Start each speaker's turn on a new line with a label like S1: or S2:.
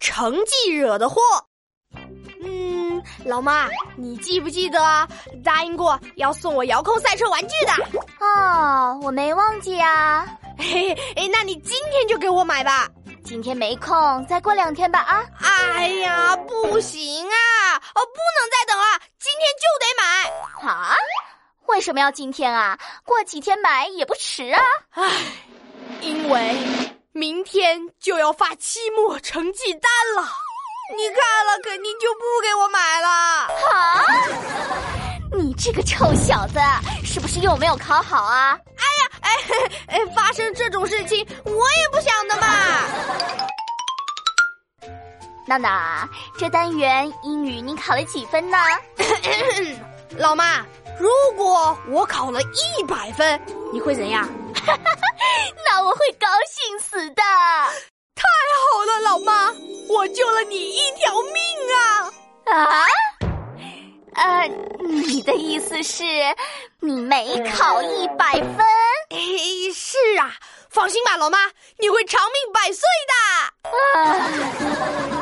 S1: 成绩惹的祸。嗯，老妈，你记不记得答应过要送我遥控赛车玩具的？
S2: 哦，我没忘记啊，
S1: 嘿嘿，哎那你今天就给我买吧。
S2: 今天没空，再过两天吧啊。
S1: 哎呀，不行啊，哦，不能再等了，今天就得买。
S2: 啊？为什么要今天啊？过几天买也不迟啊。
S1: 因为明天就要发期末成绩单了，你看了肯定就不给我买了。
S2: 啊！你这个臭小子，是不是又没有考好啊？
S1: 哎嘿嘿哎，发生这种事情我也不想的嘛。
S2: 娜娜，这单元英语你考了几分呢？
S1: 老妈，如果我考了一百分，你会怎样？
S2: 那我会高兴死的。
S1: 好了，老妈，我救了你一条命啊！
S2: 啊？呃，你的意思是，你没考一百分？
S1: 哎，是啊，放心吧，老妈，你会长命百岁的。
S2: 啊！